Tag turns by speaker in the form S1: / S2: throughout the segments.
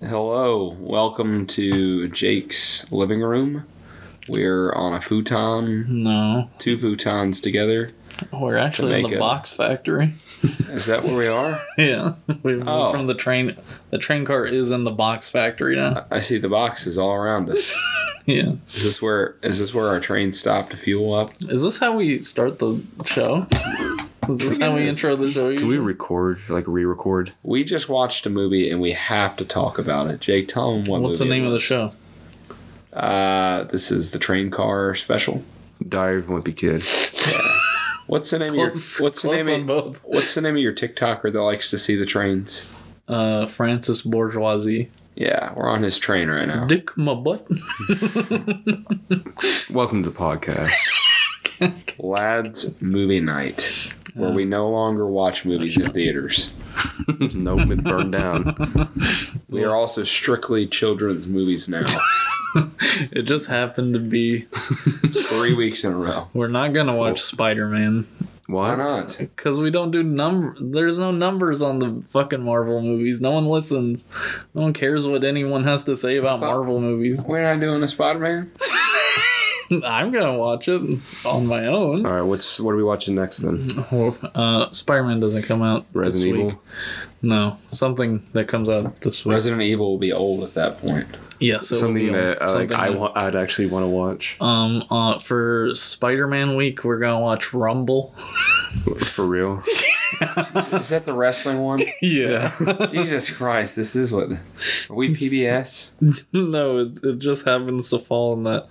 S1: Hello, welcome to Jake's living room. We're on a futon,
S2: No,
S1: two futons together.
S2: we're actually in the
S1: Jamaica.
S2: box factory.
S1: Is that where we are?
S2: Yeah, we moved
S1: Oh.
S2: from the train. The train car is in the box factory now.
S1: I see the boxes all around us.
S2: Yeah,
S1: Is this where is this where our train stopped to fuel up?
S2: is this how we start the show? Is this how we
S1: Yes.
S2: intro the show?
S3: Can we record, like re-record?
S1: We just watched a movie and we have to talk about it. Jake, tell them what
S2: What's the
S1: movie
S2: name
S1: it
S2: of the
S1: was.
S2: show?
S1: Uh, this is the train car special.
S3: Diary of a Wimpy Kid.
S1: What's the name of
S2: Close,
S1: your What's the
S2: close on
S1: name of
S2: both.
S1: What's the name of your TikToker that likes to see the trains?
S2: Uh, Francis Bourgeoisie.
S1: Yeah, we're on his train right now.
S2: Dick my butt.
S3: Welcome to the podcast.
S1: Lads Movie Night, where we no longer watch movies in theaters.
S3: nope, it burned down.
S1: We are also strictly children's movies now,
S2: It just happened to be.
S1: three weeks in a row.
S2: We're not gonna watch
S1: Oh.
S2: Spider Man
S1: Why
S3: What?
S1: not?
S2: because we don't do number. There's no numbers on the fucking Marvel movies. No one listens. No one cares what anyone has to say about
S1: Fuck.
S2: Marvel movies.
S1: We're not doing a Spider Man.
S2: I'm gonna watch it on my own.
S3: All right, what's what are we watching next then?
S2: Uh, Spider Man doesn't come out this
S3: Resident
S2: week.
S3: Evil.
S2: No, something that comes out this week.
S1: Resident Evil will be old at that point.
S2: yes, it will be
S3: something
S2: on-
S3: that uh, like
S2: something
S3: I
S2: that-
S3: want, I'd actually want to watch
S2: Um, uh, for Spider Man week, we're gonna watch Rumble.
S3: for real.
S1: Is that the wrestling one?
S2: Yeah.
S1: Jesus Christ, this is what. Are we PBS?
S2: no, it, it just happens to fall on that.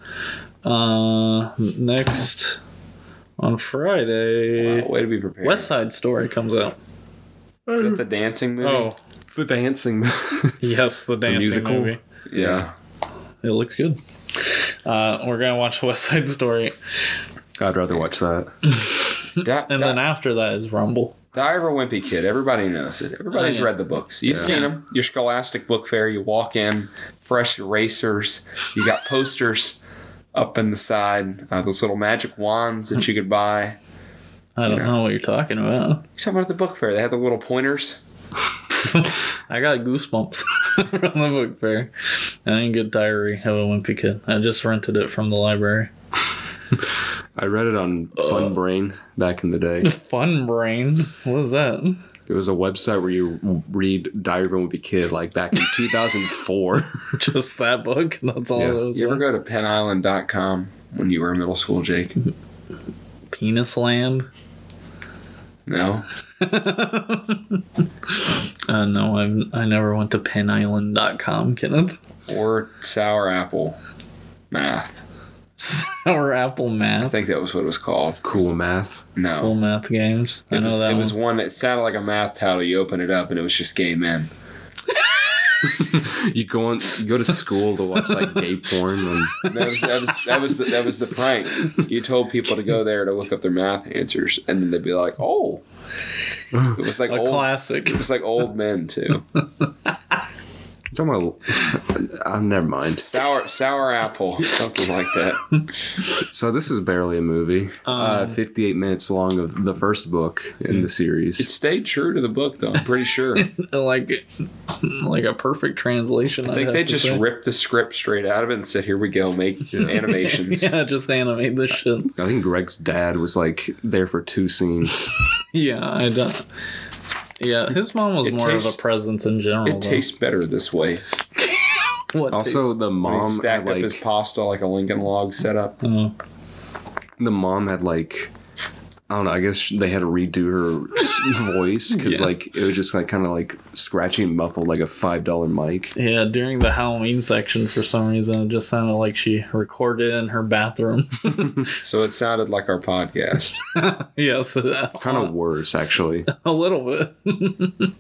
S2: Uh, next on Friday,
S1: Wow, way to be prepared.
S2: West Side Story comes out.
S1: Is that the dancing movie?
S2: Oh,
S3: The dancing.
S2: yes, the dancing
S3: musical?
S2: movie.
S1: yeah.
S2: It looks good. Uh, we're gonna watch West Side Story,
S3: I'd rather watch that.
S1: Di-
S2: and
S1: Di-
S2: then after that is Rumble.
S1: Diver Wimpy Kid. Everybody knows it. Everybody's
S2: Oh, yeah.
S1: read the books. You've 'em.
S3: Yeah.
S1: seen them. Your Scholastic Book Fair. You walk in, fresh erasers. You got posters up in the side. Uh, those little magic wands that you could buy.
S2: I don't
S1: Yeah.
S2: know what you're talking about.
S1: You talking about the book fair? They had the little pointers.
S2: I got goosebumps from the book fair. I didn't get Diary of a Wimpy Kid. I just rented it from the library.
S3: I read it on Fun Brain back in the day.
S2: Fun Brain. What is that?
S3: It was a website where you read Diary of a Wimpy Kid like back in 2004.
S2: just that book. That's all
S3: Yeah.
S2: it was.
S1: You ever
S2: like.
S1: go to penisland.com when you were in middle school, Jake?
S2: Penis Land.
S1: No?
S2: Uh, no, I've, I never went to penisland.com, Kenneth.
S1: Or sour apple math.
S2: Sour Apple
S1: I
S2: Math.
S1: think that was what it was called.
S3: Cool math.
S1: No.
S2: Apple Math Games. I
S1: It
S2: know
S1: was,
S2: that
S1: it
S2: one.
S1: was one that sounded like a math title. You open it up and it was just gay men.
S3: You go on. You go to school to watch like gay porn and
S1: That was that was that was the, that was the prank. You told people to go there to look up their math answers, and then they'd be like, "Oh." It was like
S2: a
S1: old.
S2: classic.
S1: It was like old men too.
S3: I'm talking about. Uh, never mind.
S1: Sour sour apple, something like that.
S3: So this is barely a movie. uh,
S1: Um,
S3: 58 minutes long of the first book in the
S1: It
S3: series.
S1: stayed true to the book, though. I'm pretty sure. I
S2: Like, like a perfect translation. I
S1: think they just
S2: say.
S1: ripped the script straight out of it and said, "Here we go, make animations."
S2: Yeah, just animate this shit.
S3: I think Greg's dad was like there for two scenes.
S2: Yeah, I don't. Yeah, his mom was
S1: It
S2: more of
S1: tastes-
S2: a presence in general.
S1: It
S2: though.
S1: tastes better this way.
S2: What
S3: Also, the
S1: When he
S3: mom had,
S1: stacked up his
S3: like
S1: pasta like a Lincoln log setup.
S2: tastes- oh.
S3: the mom had like I don't know. I guess they had to redo her s- voice because
S2: Yeah.
S3: like it was just like kind of like scratchy and muffled like a five dollar mic.
S2: Yeah, during the Halloween section, for some reason, it just sounded like she recorded in her bathroom.
S1: So it sounded like our podcast.
S2: yes,
S3: Kind
S1: Uh,
S3: of worse actually.
S2: a little bit.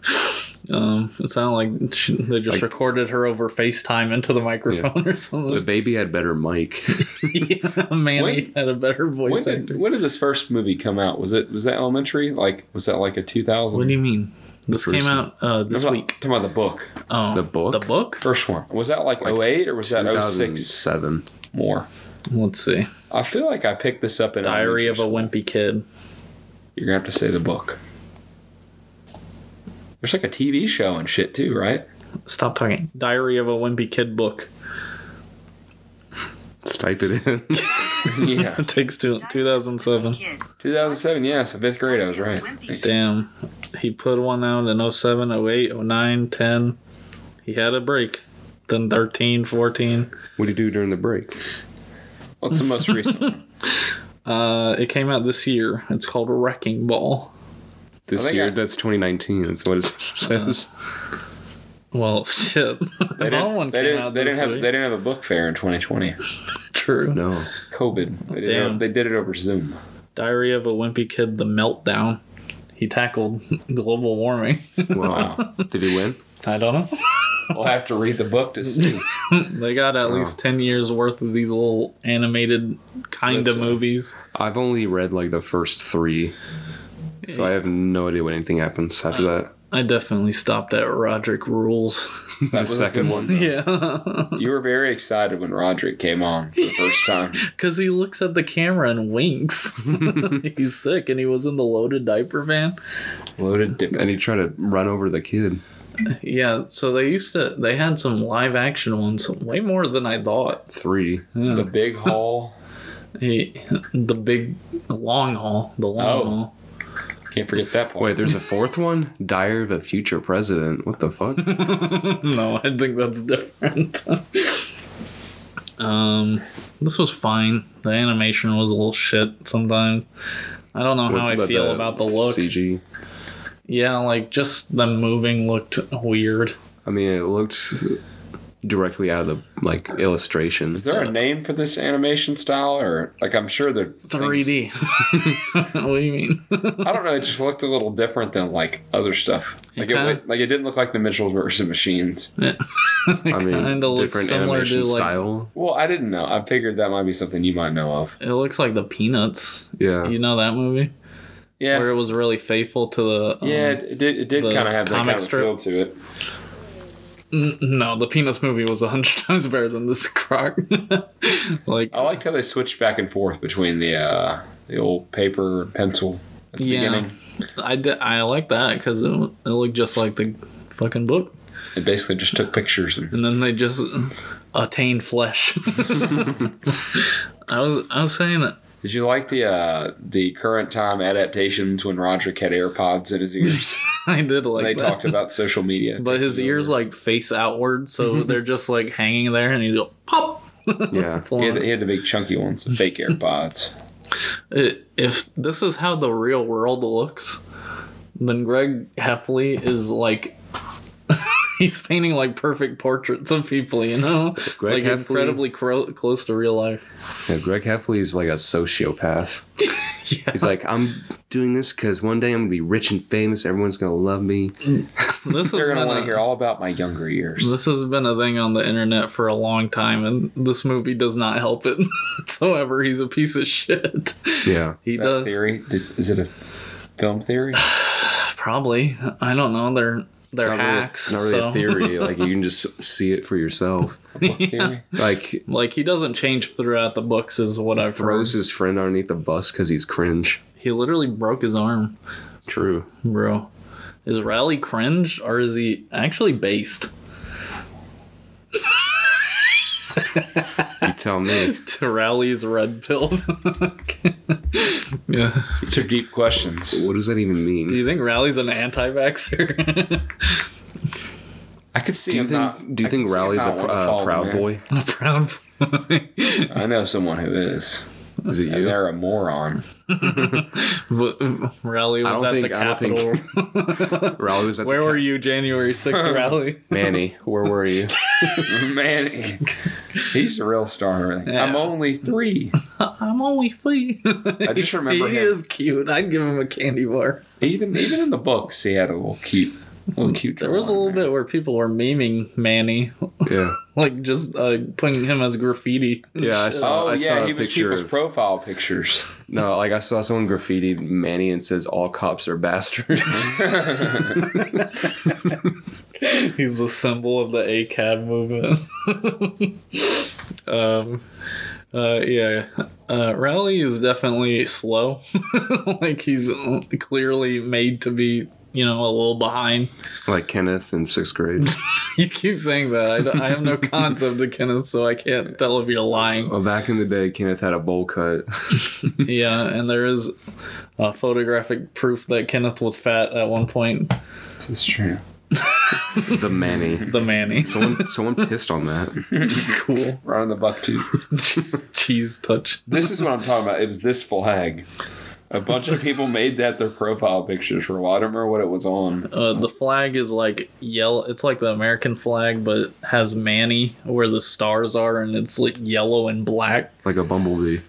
S2: um, it sounded like she, they just
S3: Like-
S2: recorded her over FaceTime into the microphone or
S3: The
S2: something.
S3: baby had better mic.
S2: yeah, Manny
S1: When-
S2: had a better
S1: When
S2: voice actor.
S1: did, when did this first movie come out? Was it was that elementary? Like was that like a 2000?
S2: What do you mean? This
S3: first
S2: came out uh, this
S1: I'm
S2: week.
S1: Talking about the book,
S2: Oh,
S3: The book?
S2: The book.
S1: first one. Was that like, 08 or was that 06
S3: 2007.
S1: more?
S2: Let's see.
S1: I feel like I picked this up in elementary
S2: Diary of a
S1: school.
S2: Wimpy Kid.
S1: You're gonna have to say the book. There's like a TV show and shit too, right?
S2: Stop talking. Diary of a Wimpy Kid book.
S3: Let's type it in.
S1: yeah.
S2: It takes two, 2007.
S1: 2007, yeah, so fifth grade, I was right.
S2: Damn. He put one out in 07, 08, 09, 10. He had a break. Then 13, 14.
S3: what do you do during the break?
S1: What's the most recent one?
S2: Uh, it came out this year. It's called Wrecking Ball.
S1: I
S3: This
S1: think
S3: year,
S1: I- Uh,
S3: that's 2019. That's what it says.
S2: Well, shit.
S1: They
S2: Another
S1: didn't,
S2: one
S1: they
S2: came
S1: didn't,
S2: out
S1: they
S2: this
S1: didn't have
S2: week.
S1: they didn't have a book fair in 2020.
S2: True.
S3: no.
S1: COVID. They did,
S2: Damn.
S1: It, they did it over Zoom.
S2: Diary of a Wimpy Kid, The Meltdown. He tackled global warming.
S3: Wow. Did he win?
S2: I don't know.
S1: We'll have to read the book to see.
S2: They got
S1: Oh.
S2: at least 10 years worth of these little animated kind of
S1: That's, uh,
S2: movies.
S3: I've only read like the first three, so I have no idea what anything happens after
S2: Uh,
S3: that.
S2: I definitely stopped at Roderick Rules.
S1: That was
S3: second
S1: a good one.
S2: yeah.
S1: You were very excited when Roderick came on for the first time.
S2: Because he looks at the camera and winks. He's sick and he was in the loaded diaper van.
S1: Loaded dip.
S3: And he tried to run over the kid.
S2: Yeah, so they used to, they had some live action ones, way more than I thought.
S3: Three.
S2: Uh.
S1: The big haul.
S2: He, the big, the long haul, the long
S1: Oh.
S2: haul.
S1: Can't forget that part.
S3: Wait, there's a fourth one? Dire of a Future President. What the fuck?
S2: No, I think that's different. um, this was fine. The animation was a little shit sometimes. I don't know how I
S3: But
S2: feel about the look.
S3: CG.
S2: Yeah, like just them moving looked weird.
S3: I mean, it looked directly out of the like illustrations.
S1: Is there a name for this animation style, or like I'm sure the
S2: 3D. what do you mean?
S1: I don't know. It just looked a little different than like other stuff. Like it,
S2: kinda-
S1: wa- like it didn't look like the Mitchells versus Machines.
S2: It
S3: I mean,
S2: kinda looks
S3: different
S2: similar
S3: animation
S2: to, like-
S3: style.
S1: Well, I didn't know. I figured that might be something you might know of.
S2: It looks like the Peanuts.
S3: Yeah.
S2: You know that movie
S1: Yeah,
S2: where it was really faithful to the. um,
S1: yeah. It it did. It did
S2: the
S1: kind of have that
S2: comic
S1: kind of
S2: strip.
S1: feel to it.
S2: n- no, the Peanuts movie was a hundred times better than this crock. like,
S1: I liked how they switched back and forth between the uh, the old paper and pencil at the
S2: Yeah.
S1: beginning.
S2: I, d- I like that because it, it looked just like the fucking book.
S1: It basically just took pictures and
S2: And then they just attained flesh. I was I was saying that
S1: Did you like the uh, the current time adaptations when Roderick had AirPods in his ears?
S2: I did like
S1: they
S2: that.
S1: talked about social media,
S2: but his ears like face outward, so they're just like hanging there, and he's like pop.
S3: Yeah.
S1: he had, the, he had the big chunky ones, the fake AirPods.
S2: It- if this is how the real world looks, then Greg Heffley is like. He's painting like perfect portraits of people, you know,
S3: Greg
S2: like
S3: Heffley-
S2: incredibly cro- close to real life.
S3: Yeah, Greg Heffley is like a sociopath. He's like, I'm doing this because one day I'm gonna be rich and famous. Everyone's gonna love me.
S2: This is
S1: They're gonna want
S2: a-
S1: to hear all about my younger years.
S2: This has been a thing on the internet for a long time, and this movie does not help it whatsoever. He's a piece of shit.
S3: Yeah.
S2: He
S1: That
S2: does
S1: theory Did- is it a film theory?
S2: probably. I don't know. They're they're
S3: Not really-
S2: hacks.
S3: not really
S2: so-
S3: a theory. Like you can just see it for yourself.
S1: A book theory?
S3: Like
S2: Like he doesn't change throughout the books, is what I've
S3: throws
S2: heard.
S3: his friend underneath the bus because he's cringe.
S2: He literally broke his arm,
S3: True.
S2: bro. Is Rally cringe or is he actually based?
S3: You tell me.
S2: To Rally's red pill. yeah.
S1: These are deep questions.
S3: What does that even
S2: Do
S3: mean?
S2: you think Rally's an anti-vaxxer?
S1: I could see.
S3: Do you
S1: him
S3: think
S1: not-
S3: Do you
S1: I
S3: think
S1: could see him
S3: Rally's a
S1: not
S3: pr-
S1: wanna
S3: uh,
S1: follow the
S3: proud
S1: man.
S3: boy?
S2: A proud boy.
S1: I know someone who is.
S3: Is it
S1: And
S3: you?
S1: they're a moron.
S2: V- rally
S3: I
S2: was
S3: don't
S2: at
S3: think-
S2: the
S3: I don't think-
S2: Capitol.
S3: Raleigh was at
S2: Where
S3: the
S2: were you January 6th rally?
S3: Manny, where were you?
S1: Man, he's a real star. Really.
S2: Yeah.
S1: I'm only three.
S2: I'm only three. I
S1: just remember
S2: he
S1: him.
S2: is cute. I'd give him a candy bar.
S1: Even even in the books, he had a little cute, little cute.
S2: There was a little
S1: drawing
S2: bit where people were memeing Manny,
S3: Yeah.
S2: like just uh, putting him as graffiti.
S3: Yeah, I saw,
S1: Oh
S3: I saw
S1: yeah,
S3: a
S1: he was
S3: picture
S1: people's
S3: of
S1: profile pictures.
S3: No, like I saw someone graffitied Manny and says all cops are bastards.
S2: He's a symbol of the ACAB movement. um, uh, yeah, uh, Rowley is definitely slow. like he's clearly made to be you know, a little behind.
S3: Like Kenneth in sixth grade.
S2: You keep saying that. I, don't- I have no concept of Kenneth, so I can't tell if you're lying.
S3: well, back in the day, Kenneth had a bowl cut.
S2: Yeah, and there is uh, photographic proof that Kenneth was fat at one point.
S1: This is true.
S3: the Manny.
S2: The Manny.
S3: Someone, someone pissed on that.
S2: cool.
S1: Running the buck tooth.
S2: Cheese touch.
S1: this is what I'm talking about. It was this flag. A bunch of people made that their profile pictures for a while. I don't remember what it was on.
S2: Uh, the flag is like yellow. It's like the American flag, but it has Manny where the stars are, and it's like yellow and black.
S3: Like a bumblebee.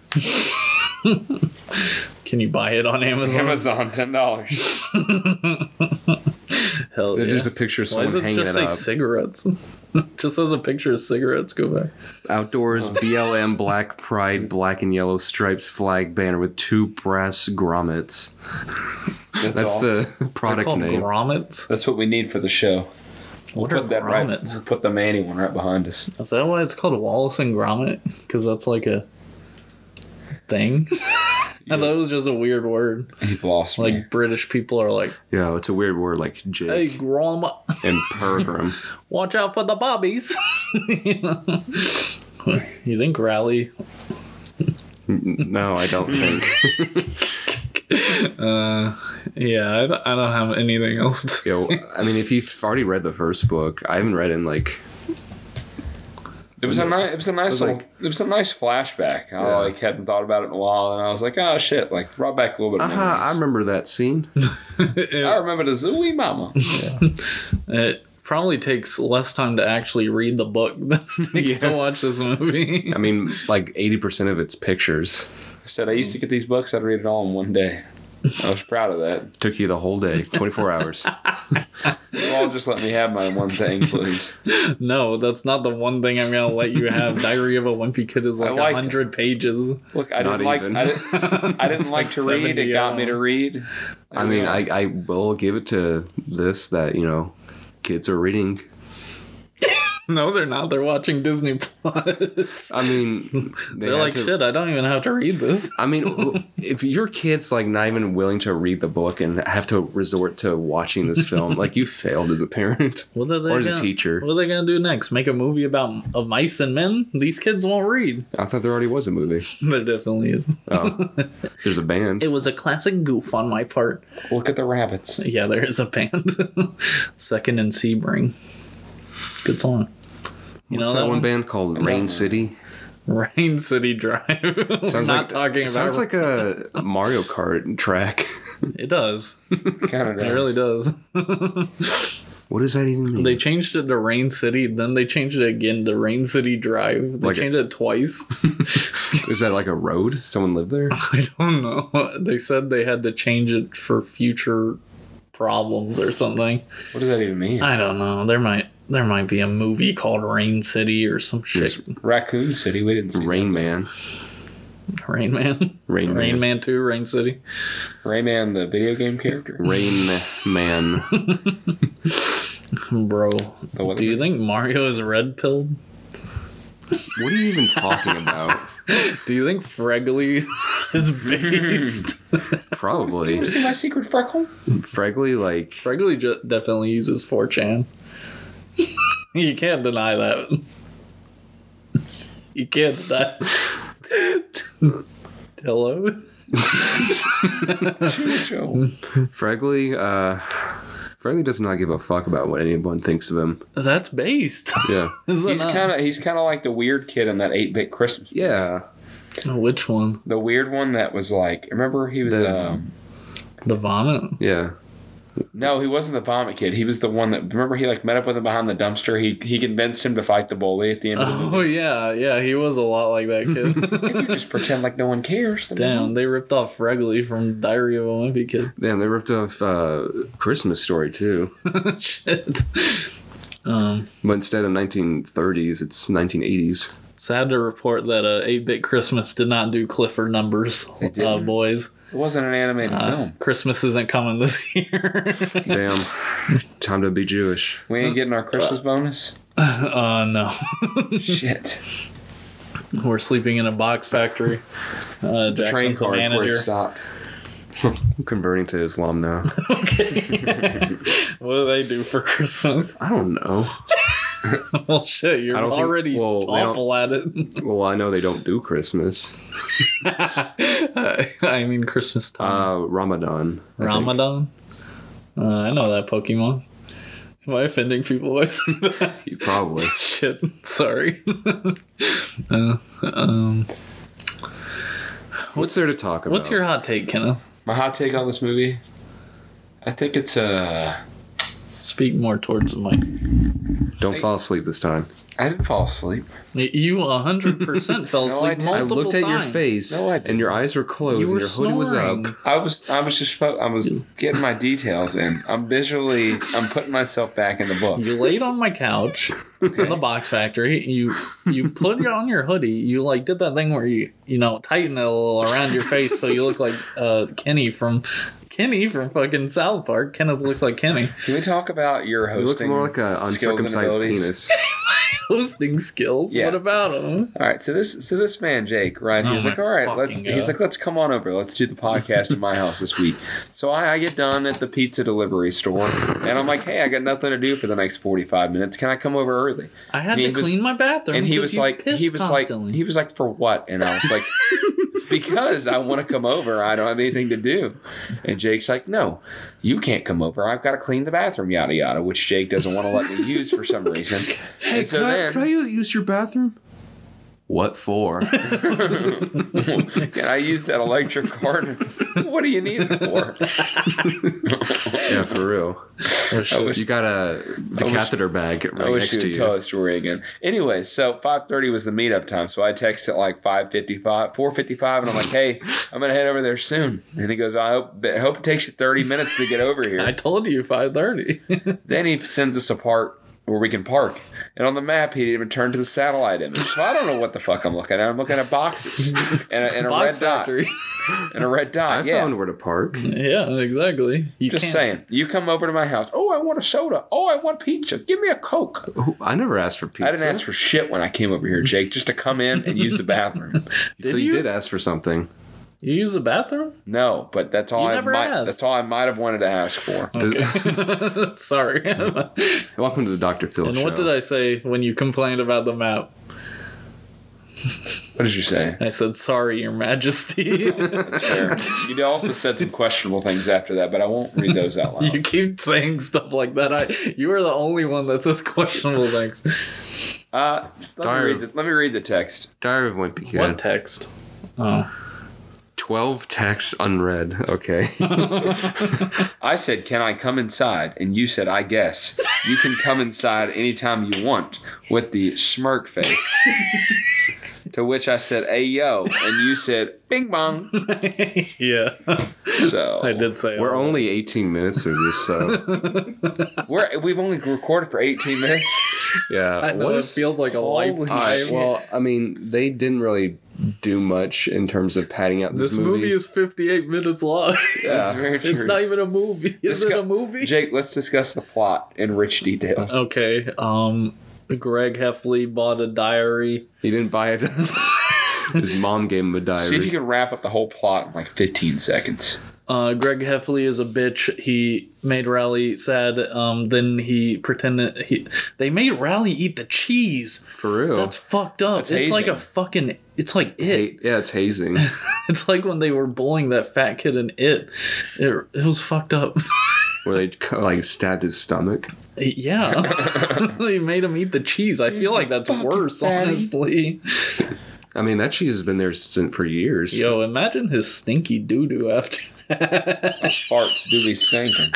S2: Can you buy it on Amazon?
S1: Amazon, ten dollars.
S2: Hell yeah.
S3: It's just a picture of
S2: Why
S3: someone
S2: does it
S3: hanging
S2: just
S3: it
S2: say
S3: up.
S2: cigarettes? just says a picture of cigarettes. Go back.
S3: Outdoors
S2: Oh.
S3: BLM Black Pride Black and Yellow Stripes flag banner with two brass grommets.
S1: That's,
S3: That's
S1: awesome.
S3: the
S2: They're
S3: product
S2: called
S3: name.
S2: grommets.
S1: That's what we need for the show.
S2: What are
S1: Put that right.
S2: grommets?
S1: Put the Manny one right behind us.
S2: Is that why it's called Wallace and Gromit? Because that's like a thing. I thought it was just a weird word.
S1: You've lost
S2: Like
S1: me.
S2: British people are like,
S3: yeah, it's a weird word like
S2: "Hey,
S3: Jake
S2: Gromit,
S3: and Peregrine.
S2: watch out for the bobbies." you, know? You think Rally?
S3: no, I don't think.
S2: Yeah, I don't, I don't have anything else. To
S3: Yo, I mean, if you've already read the first book, I haven't read in like
S1: It was a nice. It was a nice.
S3: was
S1: little,
S3: like-
S1: it was a nice flashback. I
S3: Yeah.
S1: like hadn't thought about it in a while, and I was like, oh shit! Like brought back a little bit. Of
S3: Aha, Uh-huh, I
S1: memories.
S3: remember that scene.
S1: I remember the Zooey Mama.
S2: It probably takes less time to actually read the book than it takes to watch this movie.
S3: I mean, like 80% of it's pictures.
S1: I said I used to get these books. I'd read it all in one day. I was proud of that.
S3: Took you the whole day, 24 hours.
S1: You all just let me have my one thing, please.
S2: No, that's not the one thing I'm gonna let you have. Diary of a Wimpy Kid is like
S1: liked it.
S2: hundred pages.
S1: Look, I
S3: Not
S1: didn't like.
S3: even.
S1: I didn't, I didn't like to read. It got me to read.
S3: I mean, I, I will give it to this that, you know, kids are reading.
S2: uh, No, they're not. They're watching Disney Plus.
S3: I mean, they
S2: They're
S3: had
S2: like,
S3: to-
S2: shit, I don't even have to read this.
S3: I mean, if your kid's like not even willing to read the book and have to resort to watching this film, like you failed as a parent.
S2: What are they
S3: Or as a
S2: gonna,
S3: teacher.
S2: What are they gonna do next? Make a movie about of mice and men? These kids won't read.
S3: I thought there already was a movie.
S2: There definitely is.
S3: Oh, there's a band.
S2: It was a classic goof on my part.
S1: look at the rabbits.
S2: Yeah, there is a band. Second and Sebring. Good song. You
S3: What's
S2: know
S3: that,
S2: that
S3: one
S2: one?
S3: band called Rain City?
S2: Rain City Drive. We're
S3: Sounds
S2: not
S3: like
S2: talking about
S3: sounds like a Mario Kart track.
S2: it does.
S1: Kind of.
S2: It really does.
S3: What does that even mean?
S2: They changed it to Rain City, then they changed it again to Rain City Drive. They
S3: Like a-
S2: changed it twice.
S3: Is that like a road? Someone lived there?
S2: I don't know. They said they had to change it for future problems or something.
S1: What does that even mean?
S2: I don't know. There might there might be a movie called Rain City or some shit.
S3: Just
S1: Raccoon City. We didn't see Rain,
S3: Rain Man.
S2: Rain Man.
S3: Rain,
S2: Rain
S3: Man.
S2: Man 2, Rain City.
S1: Rayman, the video game character.
S3: Rain Man.
S2: Bro,
S1: The weather-
S2: do you think Mario is red pilled?
S3: What are you even talking about?
S2: Do you think Fregley is based?
S1: You
S3: Probably.
S1: want to see my secret freckle?
S3: Frankly, like
S2: Fregley ju- definitely uses 4chan. you can't deny that. you can't deny. Hello?
S1: Joe.
S3: Frankly, uh Frankly does not give a fuck about what anyone thinks of him.
S2: That's based.
S3: Yeah.
S2: Is that
S1: He's
S2: not-
S1: kind of he's kind of like the weird kid in that eight bit Christmas.
S3: Yeah.
S2: Which one?
S1: The weird one that was like, remember he was
S3: The-
S1: um,
S2: The vomit?
S3: Yeah.
S1: no, he wasn't the vomit kid. He was the one that remember he like met up with him behind the dumpster. He he convinced him to fight the bully at the end. of the
S2: Oh, yeah. Yeah, he was a lot like that kid.
S1: If you just pretend like no one cares. then-
S2: Damn, they ripped off Fregley from Diary of a Wimpy Kid.
S3: Damn, they ripped off uh Christmas story too.
S2: Shit. Um,
S3: But instead of nineteen thirties, it's nineteen eighties.
S2: sad to report that uh, 8-Bit Christmas did not do Clifford numbers, uh,
S1: didn't?
S2: boys.
S1: It wasn't an animated film.
S2: Christmas isn't coming this year.
S3: Damn. Time to be Jewish.
S1: We ain't getting our Christmas bonus.
S2: uh, no.
S1: Shit.
S2: We're sleeping in a box factory.
S1: Train
S2: Uh, Jackson's the
S1: cars where it
S2: manager.
S1: stopped.
S3: I'm converting to Islam now.
S2: Okay. what do they do for Christmas?
S3: I don't know.
S2: Well, shit, you're
S3: I don't think-
S2: already
S3: well, they
S2: awful at it.
S3: Well, I know they don't do Christmas.
S2: I mean, Christmas time.
S3: Uh, Ramadan. I think.
S2: Ramadan? Uh, I know that Pokemon. Am I offending people by saying that?
S3: Probably.
S2: Shit, sorry. uh, um,
S3: What's there to talk about?
S2: what's your hot take, Kenneth?
S1: My hot take on this movie, I think it's Uh,
S2: Speak more towards the mic.
S3: Don't fall asleep this time.
S1: I didn't fall asleep.
S2: Y- You 100% fell
S1: No, I
S2: asleep
S1: didn't. I
S2: multiple
S3: I looked at your
S2: times.
S3: face,
S1: No, I didn't.
S3: and your eyes were closed,
S2: You
S3: and
S2: were
S3: your
S2: snoring.
S3: hoodie was up.
S1: I was I was just fo- I was getting my details in. I'm visually I'm putting myself back in the book.
S2: You laid on my couch in the box factory. You you put it on your hoodie. You like did that thing where you you know tighten it a little around your face so you look like uh, Kenny from Kenny from fucking South Park. Kenneth looks like Kenny.
S1: Can we talk about your
S3: You look
S1: hosting?
S3: more like a
S1: skills and
S3: uncircumcised
S1: abilities.
S3: penis.
S2: Hosting skills.
S1: Yeah.
S2: What about him?
S1: All right, so this so this man Jake, right?
S2: Oh
S1: he's
S2: my
S1: like, all right, let's.
S2: fucking
S1: He's
S2: God.
S1: like, let's come on over. Let's do the podcast at my house this week. So I, I get done at the pizza delivery store, and I'm like, hey, I got nothing to do for the next 45 minutes. Can I come over early?
S2: I had
S1: And he
S2: to
S1: was-
S2: clean my bathroom.
S1: And he
S2: 'cause
S1: was
S2: you
S1: like, he
S2: pissed
S1: was
S2: constantly.
S1: like, he was like, for what? And I was like, because I want to come over. I don't have anything to do. And Jake's like, no, you can't come over. I've got to clean the bathroom, yada yada, which Jake doesn't want to let me use for some reason. and so then,
S3: use your bathroom? What for?
S1: Can I use that electric card? what do you need it for?
S3: yeah, for real.
S1: I wish,
S3: You got a the
S1: I wish-
S3: catheter bag
S1: I
S3: right
S1: wish
S3: next
S1: you
S3: to
S1: would
S3: you.
S1: tell that story again. Anyway, so 5.30 was the meetup time, so I text at like 5.55, 4.55, and I'm like, hey, I'm going to head over there soon. And he goes, I hope, I hope it takes you 30 minutes to get over here.
S2: I told you five thirty.
S1: Then he sends us a part where we can park. And on the map, he even turned to the satellite image. So I don't know what the fuck I'm looking at. I'm looking at boxes and a, and a red
S2: box factory.
S1: dot. And a red dot,
S3: I
S1: Uh, yeah.
S3: found where to park.
S2: yeah, exactly. You
S1: Just
S2: can't-
S1: saying. You come over to my house. Oh, I want a soda. Oh, I want pizza. Give me a Coke.
S3: Who- I never asked for pizza.
S1: I didn't ask for shit when I came over here, Jake, just to come in and use the bathroom.
S3: so
S2: Did
S3: you
S2: you?
S3: did ask for something.
S2: You use the bathroom?
S1: No, but that's all
S2: You
S1: I
S2: never
S1: might
S2: asked.
S1: that's all I might have wanted to ask for.
S2: Okay. Sorry.
S3: Welcome to the Dr. Phil
S2: And
S3: show.
S2: what did I say when you complained about the map?
S1: What did you say?
S2: I said, "Sorry, Your Majesty."
S1: That's fair. you also said some questionable things after that, but I won't read those out loud.
S2: you keep saying stuff like that. I, you are the only one that says questionable things.
S1: Uh, let, me
S3: Darn.
S1: read the, let me read the text.
S3: Diary of a Wimpy Kid.
S2: What text? Oh,
S3: 12 texts unread. Okay.
S1: I said, Can I come inside? And you said, I guess. You can come inside anytime you want with the smirk face. to which I said, Hey, yo. And you said, Bing bong.
S2: yeah, I
S1: So
S2: did say.
S3: We're
S2: all
S3: only 18 minutes through this, so
S1: we're, we've only recorded for 18 minutes.
S3: yeah.
S2: that. I know
S3: What
S2: it
S3: is-
S2: feels like a
S1: Holy
S2: lifetime.
S3: All right. Well, I mean, they didn't really do much in terms of padding out this,
S2: this movie is 58 minutes long.
S1: That's very true.
S2: it's not even a movie. Is
S1: Discu-
S2: it a movie?
S1: Jake, let's discuss the plot in rich details.
S2: okay. Um, Greg Heffley bought a diary.
S3: He didn't buy it. His mom gave him a diary.
S1: See if you can wrap up the whole plot in like 15 seconds.
S2: Uh, Greg Heffley is a bitch. He made Rally sad. Um, then he pretended he they made Rally eat the cheese.
S3: For real.
S2: That's fucked up.
S1: Oh. That's
S2: it's like a
S1: hazing.
S2: fucking. It's like it.
S3: Hey, yeah, it's hazing.
S2: It's like when they were bullying that fat kid in it. It, it was fucked up.
S3: where they co- like stabbed his stomach.
S2: yeah, they made him eat the cheese. I feel like that's
S1: Fucking
S2: worse,
S1: fatty.
S2: honestly.
S3: I mean, that cheese has been there since for years.
S2: Yo, imagine his stinky doo doo after. that.
S1: Farts do be stinking.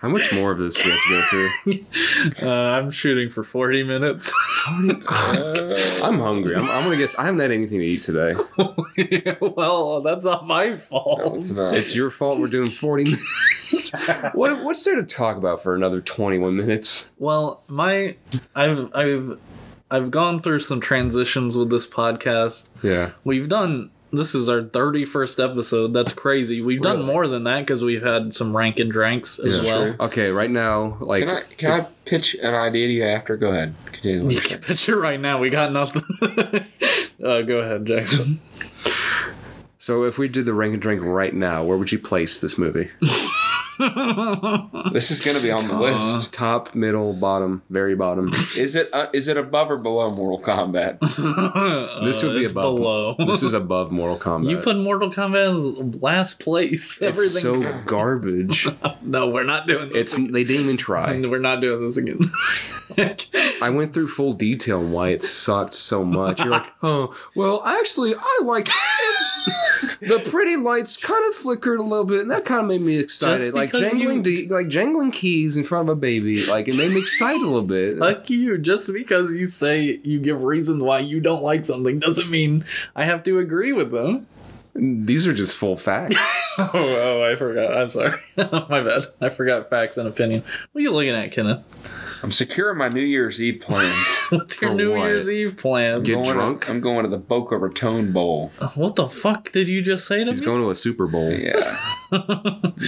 S3: How much more of this do we have to go through?
S2: uh, I'm shooting for 40 minutes.
S1: Uh,
S3: I'm hungry. I'm, I'm gonna get. I haven't had anything to eat today.
S2: well, that's not my fault.
S1: it's not.
S3: It's your fault. We're doing 40 minutes. what What's there to talk about for another 21 minutes?
S2: Well, my I've I've I've gone through some transitions with this podcast.
S3: Yeah.
S2: We've done this is our 31st episode. That's crazy. We've done
S1: Really?
S2: more than that cuz we've had some rank and drinks as
S1: Yeah.
S2: well.
S1: Sure.
S3: Okay. Right now, like
S1: Can I can I pitch an idea to you after? Go ahead. Continue the
S2: You can picture right now we got nothing. uh, go ahead, Jackson.
S3: So if we did the rank and drink right now, where would you place this movie?
S1: This is going to be on the
S2: Uh.
S1: list.
S3: Top, middle, bottom, very bottom.
S1: Is it uh, is it above or below Mortal Kombat?
S3: This would
S2: Uh,
S3: be
S2: it's
S3: above.
S2: below.
S3: this is above Mortal Kombat.
S2: you put Mortal Kombat as last place.
S3: it's
S2: Everything.
S3: so garbage.
S2: no, we're not doing this.
S3: It's they didn't even try.
S2: again. we're not doing this again.
S3: I went through full detail on why it sucked so much. You're like, oh, well, actually, I liked the pretty lights kind of flickered a little bit, and that kind of made me excited. Like
S2: because
S3: jangling,
S2: you-
S3: de- like jangling keys in front of a baby, like it made me excited a little bit.
S2: Fuck you. Just because you say you give reasons why you don't like something doesn't mean I have to agree with them.
S3: These are just full facts.
S2: Oh, oh I forgot. I'm sorry. My bad. I forgot facts and opinion. What are you looking at, Kenneth?
S1: I'm securing my New Year's Eve plans.
S2: What's your
S3: For
S2: New
S3: what?
S2: Year's Eve plan?
S3: Get
S1: Going to-
S3: drunk?
S1: I'm going to the Boca Raton Bowl.
S2: what the fuck did you just say to
S3: He's
S2: me?
S3: going to a Super Bowl.
S1: Yeah,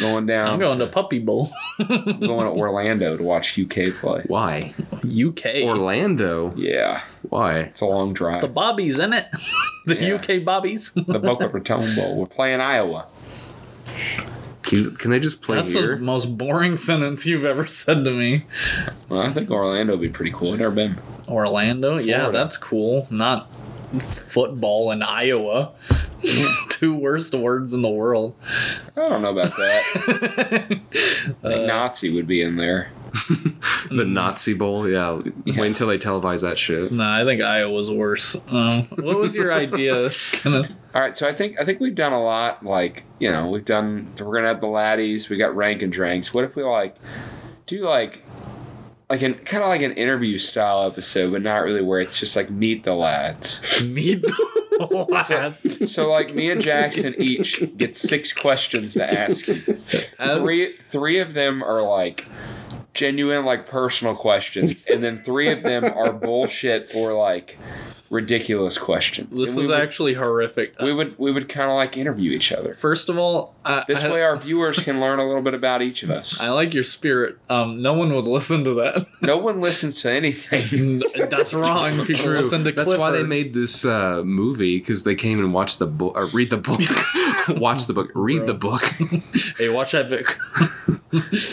S1: going down.
S2: I'm going to Puppy Bowl.
S1: going to Orlando to watch UK play.
S3: Why?
S2: UK.
S3: Orlando?
S1: Yeah,
S3: Why?
S1: it's a long drive.
S2: the Bobbies in it. the
S1: Yeah.
S2: UK Bobbies.
S1: the Boca Raton Bowl. We're playing Iowa.
S3: Can, can they just play
S2: That's the
S3: here?
S2: most boring sentence you've ever said to me.
S1: Well, I think Orlando would be pretty cool. I've never been.
S2: Orlando, yeah,
S1: Florida.
S2: that's cool. Not football in Iowa. Two worst words in the world.
S1: I don't know about that. I think Nazi would be in there.
S3: The Nazi Bowl? Yeah. Wait until they televise that shit.
S2: Nah, I think Iowa's worse. Um, what was your idea? Kenneth?
S1: All right, so I think I think we've done a lot. Like you know, we've done. We're gonna have the laddies. We got rank and drinks. What if we like do like like an kind of like an interview style episode, but not really where it's just like meet the lads.
S2: Meet the lads.
S1: So like me and Jackson each get six questions to ask you.
S2: Uh,
S1: Three three of them are like genuine like personal questions, and then three of them are bullshit or like ridiculous questions.
S2: This
S1: And we
S2: is
S1: would-
S2: actually horrific. Uh,
S1: we would we would kind of like interview each other.
S2: First of all, I,
S1: This
S2: I,
S1: way, our viewers can learn a little bit about each of us.
S2: I like your spirit. Um, no one would listen to that.
S1: No one listens to anything.
S2: N- That's wrong. People
S3: True.
S2: listen to
S3: That's why they
S2: Clifford.
S3: made this uh, movie because they came and watched the book, or read the book, watch the book, read the book.
S2: Hey, watch that Vic.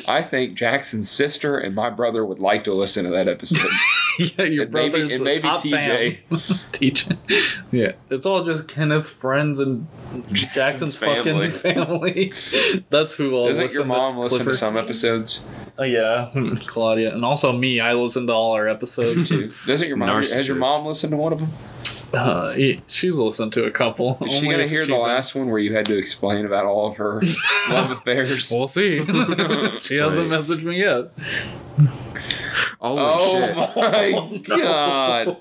S1: I think Jackson's sister and my brother would like to listen to that episode.
S2: yeah, your
S1: It may be-
S2: brother's
S1: it
S2: a
S1: may be
S2: top
S1: TJ.
S2: fan. TJ. Yeah, it's all just Kenneth's friends and Jackson's,
S1: family.
S2: fucking family. That's who all
S1: Doesn't
S2: listen
S1: your mom
S2: to
S1: listen to
S2: Clifford.
S1: some episodes?
S2: Oh yeah, Claudia, and also me. I listen to all our episodes.
S1: Too? Doesn't your mom? Has your
S3: Narcissist.
S1: mom listened to one of them?
S2: uh, yeah, she's listened to a couple.
S1: Is she
S2: Only
S1: gonna
S2: if
S1: hear the
S2: she's in-
S1: last one where you had to explain about all of her love affairs?
S2: We'll see. she hasn't
S3: Right.
S2: messaged me yet.
S3: Holy
S1: Oh
S3: shit!
S1: my god!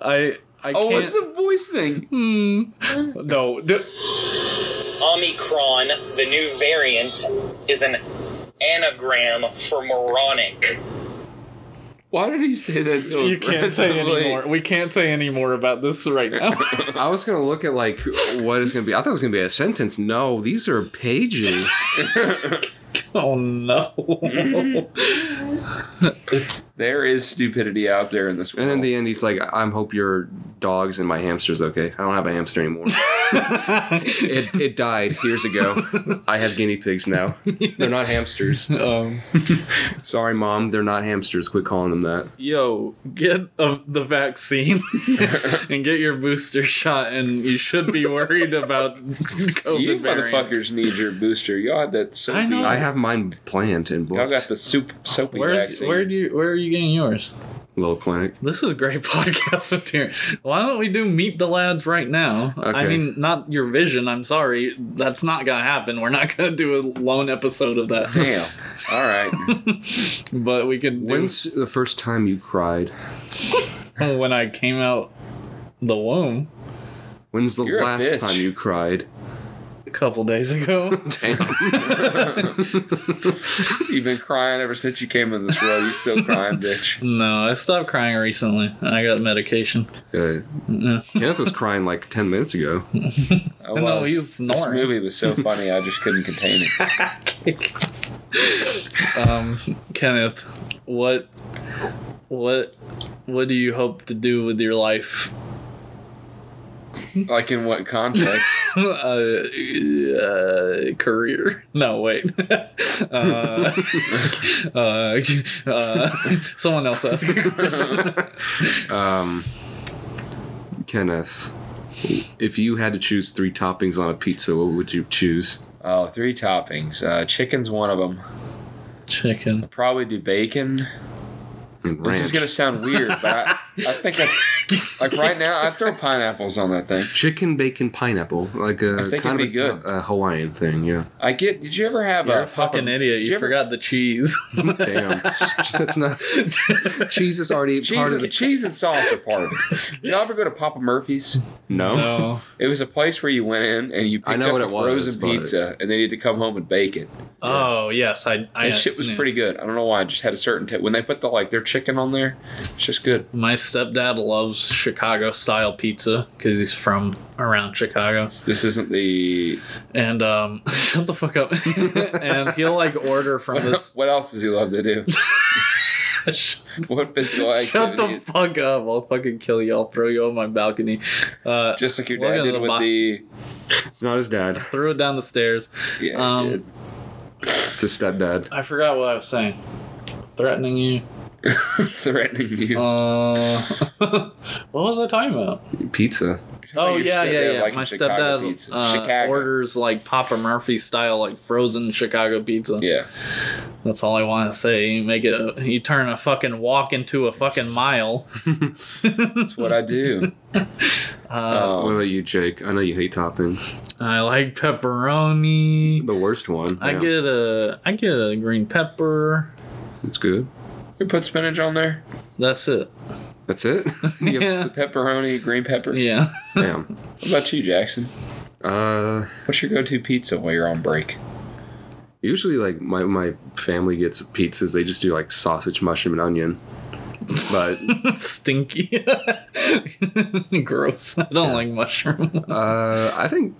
S2: I I
S1: Oh,
S2: can't. Hmm.
S1: it's a voice thing.
S2: no, d-
S4: Omicron, the new variant, is an anagram for moronic.
S1: Why did he say that so
S2: you can't say
S1: aggressively?
S2: anymore. We can't say any more about this right now.
S3: I was gonna look at like what it's gonna be. I thought it was gonna be a sentence. No, these are pages.
S2: oh no! it's
S1: There is stupidity out there in this world.
S3: And in the end, he's like, "I hope your dogs and my hamster's okay. I don't have a hamster anymore. it it died years ago. I have guinea pigs now. They're not hamsters.
S2: um.
S3: Sorry, mom. They're not hamsters. Quit calling them that.
S2: Yo, get uh, the vaccine and get your booster shot, and you should be worried about COVID
S1: you
S2: variants.
S1: motherfuckers need your booster. Y'all had that soapy.
S2: I know.
S3: I have mine planned and booked.
S1: Hmm. Y'all got the soup soapy
S2: Where's
S1: vaccine.
S2: where do you where are you getting yours?
S3: little clinic.
S2: This is great podcast material. Why don't we do meet the lads right now? I
S3: Okay.
S2: mean, not your vision. I'm sorry, that's not gonna happen. We're not gonna do a lone episode of that.
S1: Damn. All right.
S2: but we could do
S3: When's the first time you cried?
S2: Oh, when I came out the womb
S3: When's the
S1: You're a
S3: last
S1: bitch.
S3: time you cried?
S2: a couple days ago.
S3: Damn.
S1: You've been crying ever since you came in this world. You still crying, bitch.
S2: no, I stopped crying recently, and I got medication.
S3: Good. uh, Kenneth was crying like 10 minutes ago.
S1: I was.
S2: No, he's
S1: this
S2: snoring.
S1: movie was so funny, I just couldn't contain it.
S2: um, Kenneth, what, what, what do you hope to do with your life?
S1: Like in what context?
S2: uh, uh, career. No, wait. uh, uh, uh, someone else asked a question.
S3: Um, Kenneth, if you had to choose three toppings on a pizza, what would you choose?
S1: Oh, three toppings. Uh, chicken's one of them.
S2: Chicken.
S1: Probably do bacon.
S3: And
S1: This is
S3: ranch.
S1: gonna sound weird, but I, I think I, like right now I throw pineapples on that thing.
S3: chicken bacon pineapple, like a
S1: I think
S3: kind
S1: it'd
S3: of
S1: be
S3: a
S1: good.
S3: uh, Hawaiian thing. Yeah,
S1: I get. Did you ever have
S2: You're
S1: a
S2: a fucking
S1: Papa-
S2: idiot.
S1: did
S2: You,
S1: ever-
S2: forgot the cheese.
S3: damn, that's not cheese is already
S1: Cheese,
S3: part
S1: and,
S3: of the
S1: cheese and sauce are part of it. Did y'all ever go to Papa Murphy's?
S3: no.
S2: no.
S1: It was a place where you went in and you picked
S3: I know
S1: up
S3: what
S1: a
S3: it was,
S1: frozen
S3: but-
S1: pizza, and then you had to come home and bake it.
S2: Oh yes, I. I
S1: That shit was
S2: yeah.
S1: pretty good. I don't know why. I just had a certain t- when they put the like their chicken on there. It's just good.
S2: My stepdad loves Chicago style pizza because he's from around Chicago.
S1: This isn't the.
S2: And um, shut the fuck up. and he'll like order from this.
S1: What else does he love to do? What physical
S2: Shut the
S1: activities?
S2: fuck up! I'll fucking kill you. I'll throw you on my balcony. Uh,
S1: Just like your
S2: We're
S1: dad
S2: gonna
S1: did with
S2: buy-
S1: the.
S3: It's not his dad.
S2: threw it down the stairs.
S1: Yeah,
S2: Um,
S1: he did.
S3: It's his stepdad.
S2: I forgot what I was saying. Threatening you.
S1: threatening you.
S2: Uh, what was I talking about?
S3: Pizza.
S2: Oh
S1: Your
S2: yeah, yeah,
S1: stepdad
S2: yeah.
S1: liking
S2: My
S1: Chicago
S2: stepdad
S1: pizza.
S2: uh,
S1: Chicago.
S2: orders like Papa Murphy style, like frozen Chicago pizza.
S1: Yeah,
S2: That's all I want to say. You make it. You turn a fucking walk into a fucking mile.
S1: that's what I do.
S2: Uh,
S1: Um,
S3: What about you, Jake? I know you hate toppings.
S2: I like pepperoni.
S3: The worst one.
S2: I
S3: yeah.
S2: get a I get a green pepper.
S3: It's good.
S1: You put spinach on there,
S2: That's it.
S3: That's it. You have-
S2: Yeah.
S1: pepperoni, green pepper.
S2: Yeah.
S3: Damn.
S1: What about you, Jackson?
S3: Uh,
S1: What's your go-to pizza while you're on break?
S3: usually like my my family gets pizzas. They just do like sausage, mushroom, and onion. But
S2: Stinky. Gross. I don't like mushroom.
S3: Uh, I think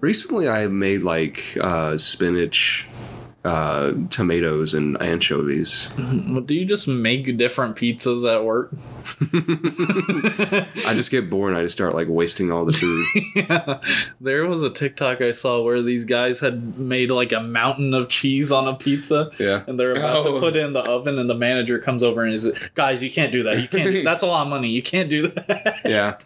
S3: recently I made like uh, spinach, uh, tomatoes, and anchovies.
S2: Do you just make different pizzas at work?
S3: I just get bored. and I just start like wasting all the food.
S2: Yeah. There was a TikTok I saw where these guys had made like a mountain of cheese on a pizza.
S3: yeah,
S2: And they're about
S1: Oh.
S2: to put it in the oven, and the manager comes over and is, guys, you can't do that. You can't. Do, that's a lot of money. You can't do that.
S3: yeah.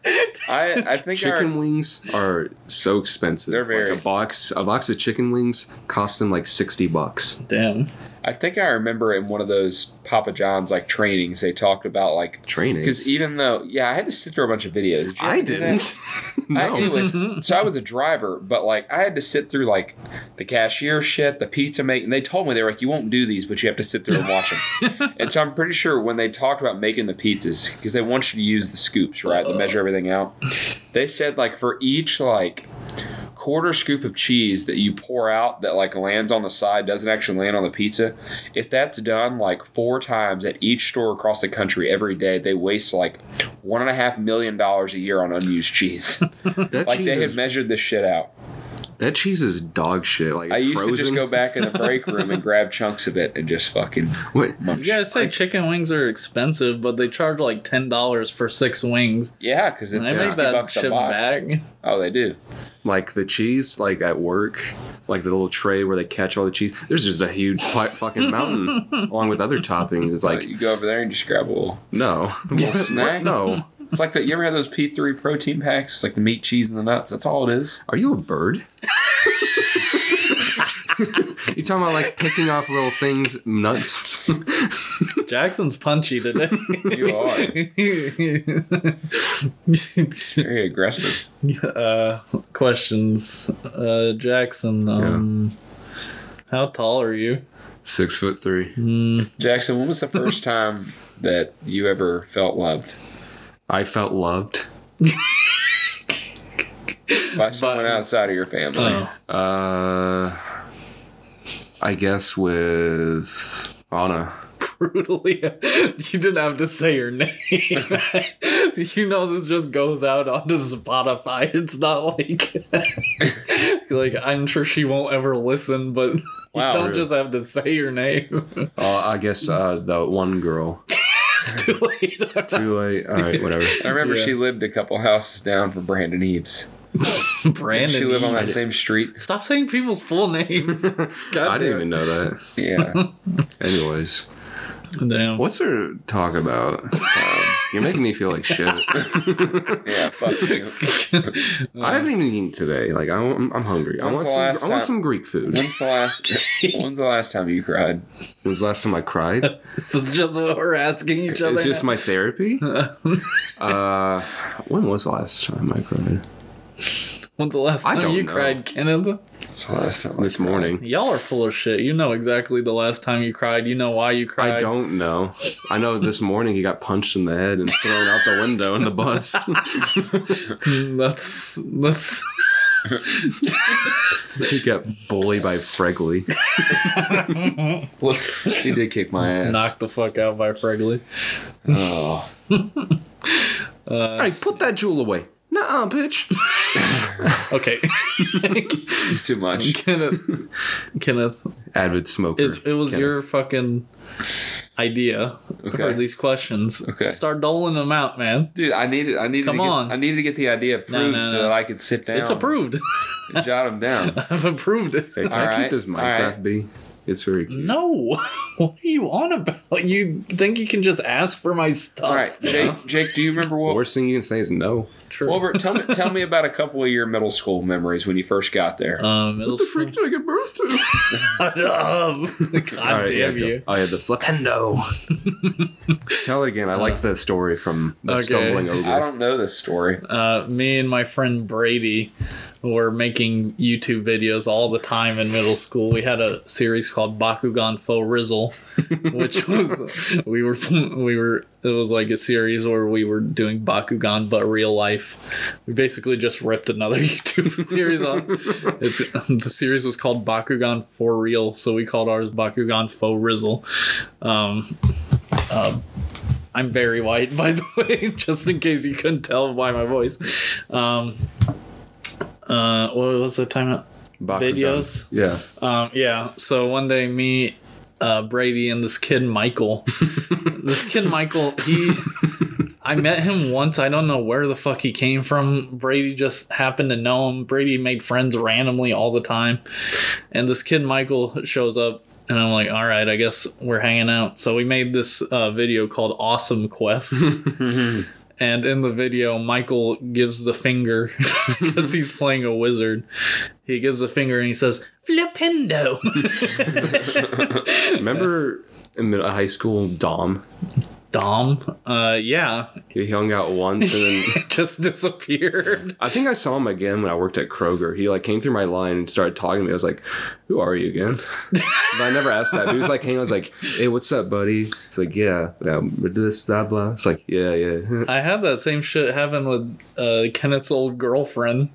S1: I I think our,
S3: Chicken wings are so expensive.
S1: They're very-
S3: Like, a box. A box of chicken wings costs them like sixty bucks.
S2: Damn.
S1: I think I remember in one of those Papa John's like trainings they talked about like
S3: Training.
S1: because even though yeah I had to sit through a bunch of videos. Did you
S3: I
S1: ever do that?
S3: didn't.
S1: I,
S3: no.
S1: anyways, so I was a driver, but like I had to sit through like the cashier shit, the pizza making. They told me they were like, you won't do these, but you have to sit through and watch them. and so I'm pretty sure when they talked about making the pizzas, because they want you to use the scoops, right, to measure everything out. They said like for each like quarter scoop of cheese that you pour out that like lands on the side doesn't actually land on the pizza. If that's done like four times at each store across the country every day, they waste like one and a half million dollars a year on unused cheese.
S3: that,
S1: Like
S3: cheese
S1: they had
S3: is,
S1: measured this shit out.
S3: that cheese is dog shit. Like
S1: I
S3: it's
S1: used
S3: frozen.
S1: to just go back in the break room and grab chunks of it and just fucking
S3: Wait,
S1: munch.
S2: You guys say
S3: Like-
S2: chicken wings are expensive, but they charge like ten dollars for six wings.
S1: Yeah, because
S2: And
S1: it's
S2: they make
S1: sixty
S2: that
S1: bucks a
S2: shit
S1: box.
S2: back.
S1: Oh, they do.
S3: like the cheese, like at work, like the little tray where they catch all the cheese. There's just a huge fu- fucking mountain along with other toppings. It's
S1: Like
S3: like
S1: you go over there and just grab a little
S3: no,
S1: snack.
S3: no.
S1: It's like that. You ever had those P three protein packs? It's like the meat, cheese, and the nuts. That's all it is.
S3: Are you a bird? you talking about like picking off little things, nuts?
S2: Jackson's punchy today.
S1: You are very aggressive.
S2: uh, questions, uh, Jackson. Um, How tall are you?
S3: Six foot three.
S1: Jackson, when was the first time that you ever felt loved
S3: I felt loved.
S1: by someone outside of your family?
S2: Oh,
S3: Uh, I guess with Anna.
S2: brutally. You didn't have to say your name. you know this just goes out onto Spotify. It's not like like I'm sure she won't ever listen, but you
S1: Wow.
S2: don't just have to say your name.
S3: Uh, I guess uh, the one girl.
S2: It's too late.
S3: Too late. All right, whatever.
S1: I remember
S2: Yeah.
S1: she lived a couple houses down from Brandon Eaves. And
S2: Brandon.
S1: she lived on that
S2: Eaves.
S1: same street.
S2: Stop saying people's full names.
S3: I didn't even know that.
S1: Yeah.
S3: Anyways,
S2: Damn.
S3: what's her talk about? Um, You're making me feel like shit.
S1: yeah. Fuck you.
S3: I haven't even eaten today. Like I, am I'm hungry. I
S1: When's
S3: want
S1: the
S3: some.
S1: last
S3: I want
S1: time-
S3: some Greek food.
S1: When's the last? When's the last time you cried?
S3: When's the last time I cried?
S2: This is just what we're asking each other.
S3: It's just
S2: now.
S3: my therapy. uh, when was the last time I cried?
S2: When's the last
S3: I
S2: time
S3: don't
S2: you
S3: know.
S2: cried, Kenneth?
S1: When's the last time I
S3: This
S1: cried?
S3: morning.
S2: Y'all are full of shit. You know exactly the last time you cried. You know why you cried.
S3: I don't know. I know this morning he got punched in the head and thrown out the window in the bus.
S2: Mm, That's that's.
S3: he got bullied by Fregley.
S2: Look,
S1: He did kick my ass.
S2: knocked the fuck out by Fregley.
S1: Oh.
S2: Uh,
S3: Hey, put that jewel away. Nuh-uh, bitch.
S2: Okay,
S1: This is too much.
S2: Kenneth, Kenneth,
S3: Avid smoker.
S2: it, it was
S3: Kenneth.
S2: your fucking idea for
S1: Okay.
S2: these questions.
S1: Okay.
S2: start doling them out, man.
S1: Dude, I needed. I needed.
S2: Come
S1: to get,
S2: on.
S1: I needed to get the idea approved
S2: no,
S1: so
S2: no.
S1: that I could sit down.
S2: It's approved.
S1: And jot them down.
S2: I've approved it.
S3: Hey, can I
S1: All
S3: keep
S1: right,
S3: this
S1: all
S3: Minecraft
S1: right.
S3: bee? It's very cute.
S2: No, what are you on about? You think you can just ask for my stuff?
S1: All right, Jake. Jake, do you remember
S3: The
S1: what?
S3: worst thing you can say is no.
S2: True.
S1: Wilbert, tell me, tell me about a couple of your middle school memories when you first got there.
S2: Um, it'll
S3: did I give birth to?
S2: God damn you.
S3: I had Oh, the flipendo. Tell it again. I like the story from the
S2: Okay.
S3: stumbling
S1: I
S3: over.
S1: don't know this story.
S2: Uh, me and my friend Brady were making YouTube videos all the time in middle school. We had a series called Bakugan Faux Rizzle, which was we were we were it was like a series where we were doing Bakugan but real life. We basically just ripped another YouTube series off. It's the series was called Bakugan for real, so we called ours Bakugan Faux Rizzle. Um, I'm very white, by the way, just in case you couldn't tell by my voice. Um, uh, what was the time?
S3: Bakugan.
S2: videos.
S3: Yeah.
S2: Um, yeah. So one day, me, uh, Brady, and this kid Michael. this kid Michael, he. I met him once. I don't know where the fuck he came from. Brady just happened to know him. Brady made friends randomly all the time. And this kid Michael shows up, and I'm like, all right, I guess we're hanging out. So we made this uh, video called Awesome Quest. And in the video, Michael gives the finger because he's playing a wizard. He gives a finger and he says, Flipendo.
S3: Remember in mid- high school, Dom?
S2: Dom, uh, yeah,
S3: He hung out once and then
S2: just disappeared.
S3: I think I saw him again when I worked at Kroger. He like came through my line and started talking to me. I was like, "Who are you again?" but I never asked that. But he was like, "Hey," I was like, "Hey, what's up, buddy?" It's like, "Yeah, yeah, we're this blah blah." It's like, "Yeah, yeah."
S2: I had that same shit happen with uh, Kenneth's old girlfriend,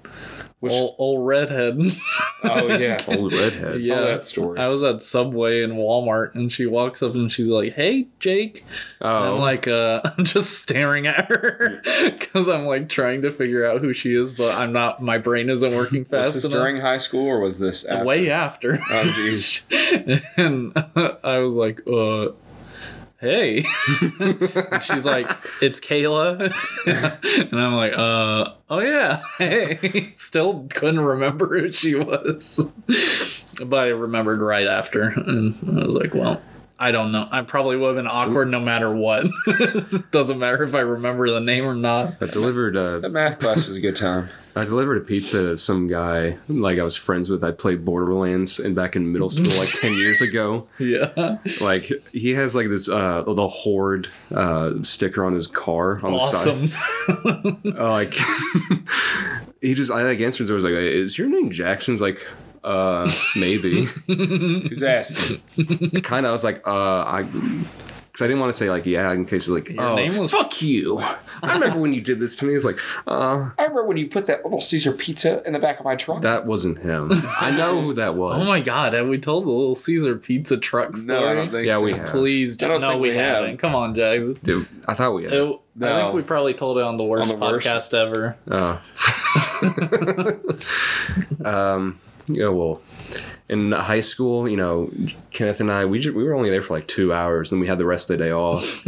S2: old, old redhead.
S1: Oh yeah, tell
S3: Old redhead.
S2: Yeah.
S1: that story.
S2: I was at Subway and Walmart, and she walks up and she's like, "Hey, Jake." And
S3: Oh,
S2: I'm like, uh, I'm just staring at her because I'm like trying to figure out who she is, but I'm not. My brain isn't working
S1: was
S2: fast
S1: this
S2: enough.
S1: during high school or was this after?
S2: Way after.
S1: Oh jeez.
S2: and I was like, uh, hey. And She's like, it's Kayla. and I'm like, uh, oh yeah, hey. Still couldn't remember who she was. but I remembered right after. And I was like, well, I don't know. I probably would have been awkward no matter what. Doesn't matter if I remember the name or not.
S3: I delivered. Uh,
S1: That math class was a good time.
S3: I delivered a pizza to some guy like I was friends with. I played Borderlands and back in middle school, like ten years ago.
S2: Yeah.
S3: Like he has like this uh the horde uh sticker on his car on the side.
S2: Awesome.
S3: Uh, like he just I like answered. I was like, "Is your name Jackson's?" Like, uh, maybe.
S1: Who's asking?
S3: kind of. I was like, uh, I. Because I didn't want to say like yeah in case of like oh
S2: name was-
S3: fuck you I remember when you did this to me it's like uh
S1: I remember when you put that little Caesar pizza in the back of my truck.
S3: that wasn't him I know who that was
S2: Oh my god, have we told the little Caesar pizza truck story?
S1: no, I don't think
S3: yeah
S1: so.
S3: we have
S2: Please,
S1: I don't
S2: no,
S1: think
S2: we,
S1: we have.
S2: haven't. Come on, Jackson.
S3: dude I thought we had
S2: It- I
S1: No.
S2: think we probably told it on the worst
S1: On the worst?
S2: podcast ever.
S3: Oh. um, yeah, well, in high school, you know, Kenneth and I, we ju- we were only there for like two hours, and we had the rest of the day off.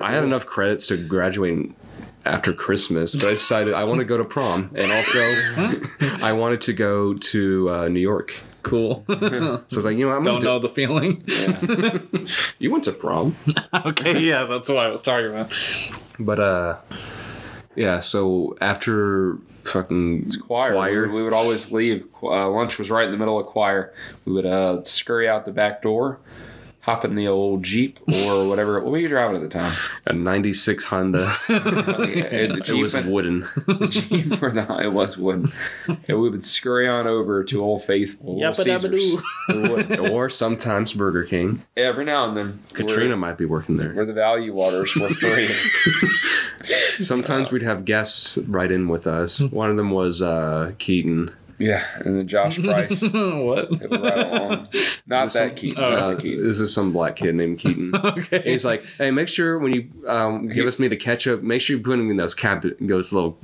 S3: I had enough credits to graduate after Christmas, but I decided I want to go to prom, and also I wanted to go to uh, New York.
S2: Cool. Don't
S3: So I was like, you know, what, I'm gonna do-
S2: know the feeling.
S3: you went to prom,
S2: okay, yeah, that's what I was talking about.
S3: but uh, yeah. So after fucking
S1: choir.
S3: Choir.
S1: We, would, we would always leave. Qu- Uh, lunch was right in the middle of choir. We would uh, scurry out the back door, hop in the old Jeep or whatever. What were you driving at the time? uh,
S3: a '96 Honda,
S1: It,
S3: it was wooden.
S1: Jeep or the, it was wooden. And we would scurry on over to Old Faithful. Little
S2: Yappa dabba
S1: Caesars.
S2: doo.
S1: We would.
S3: or sometimes Burger King.
S1: Every now and then. we're-
S3: Katrina might be working there.
S1: We're the value waters. We're free.
S3: Sometimes we'd have guests right in with us. One of them was uh, Keaton.
S1: yeah, and then Josh Price.
S2: what?
S1: They were right along. Not that Keaton.
S2: Oh.
S1: not
S3: Uh,
S1: that Keaton.
S3: this is some black kid named Keaton.
S2: Okay.
S3: He's like, hey, make sure when you um, give us me the ketchup, make sure you put them in those cap those little